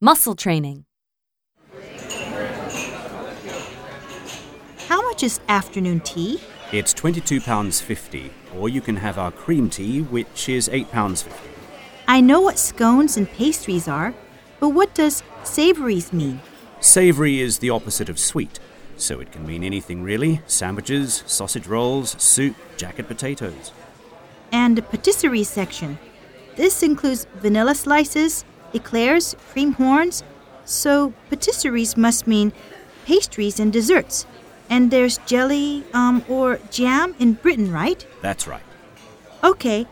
Muscle training. How much is afternoon tea? It's £22.50, or you can have our cream tea, which is £8.50. I know what scones and pastries are, but what does savories mean? Savoury is the opposite of sweet, so it can mean anything really sandwiches, sausage rolls, soup, jacket potatoes. And the patisserie section. This includes vanilla slices, eclairs, cream horns. So patisseries must mean pastries and desserts. And there's jelly um, or jam in Britain, right? That's right. Okay,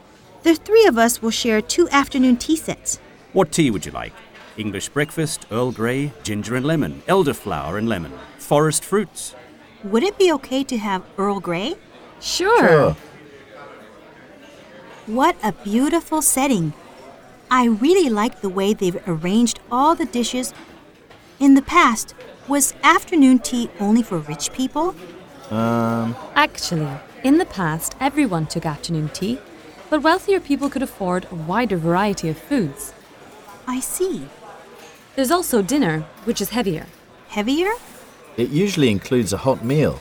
the three of us will share two afternoon tea sets. What tea would you like? English breakfast, Earl Grey, ginger and lemon, elderflower and lemon, forest fruits. Would it be okay to have Earl Grey? Sure. What a beautiful setting! I really like the way they've arranged all the dishes. In the past, was afternoon tea only for rich people? Um, Actually, in the past, everyone took afternoon tea, but wealthier people could afford a wider variety of foods. I see. There's also dinner, which is heavier. Heavier? It usually includes a hot meal.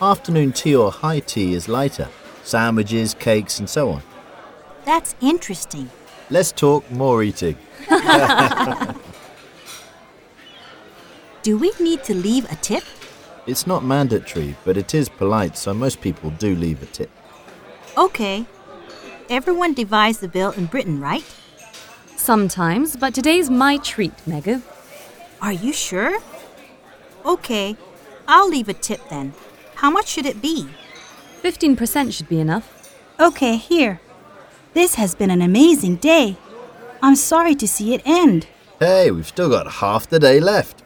Afternoon tea or high tea is lighter sandwiches, cakes, and so on. That's interesting. Less talk, more eating. Do we need to leave a tip? It's not mandatory, but it is polite, so most people do leave a tip. Okay. Everyone divides the bill in Britain, right? Sometimes, but today's my treat, Megav. Are you sure? Okay, I'll leave a tip then. How much should it be? 15% should be enough. Okay, here. This has been an amazing day. I'm sorry to see it end. Hey, we've still got half the day left.